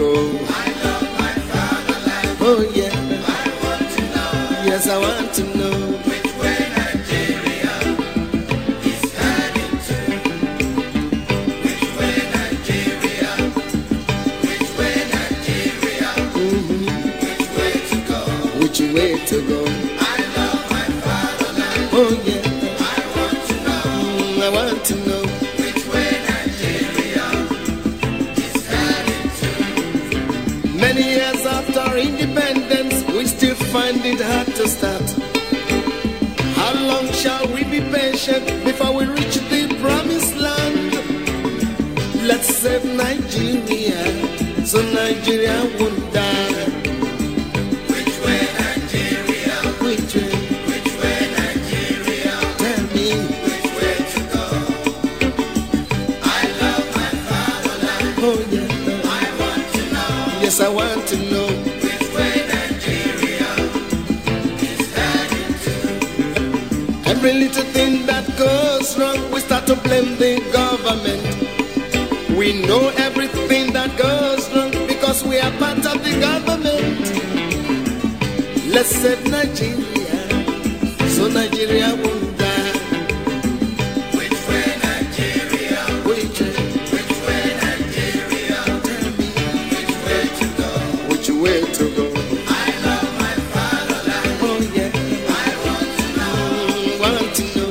Oh, Mm-hmm. oh yeah. Mm, I want to know. Many years after independence, we still find it hard to start. How long shall we be patient before we reach the promised land? Let's save Nigeria so Nigeria won't die. Which way, Nigeria? Tell me. Oh yeah. Yes, I want to know. Every little thing that goes wrong, we start to blame the government. We know everything that goes wrong because we are part of the government. Let's save Nigeria so Nigeria won't die. Which way, Nigeria? Which way, Nigeria? Tell me. Which way to go? Which way to go? Oh yeah. I want to know.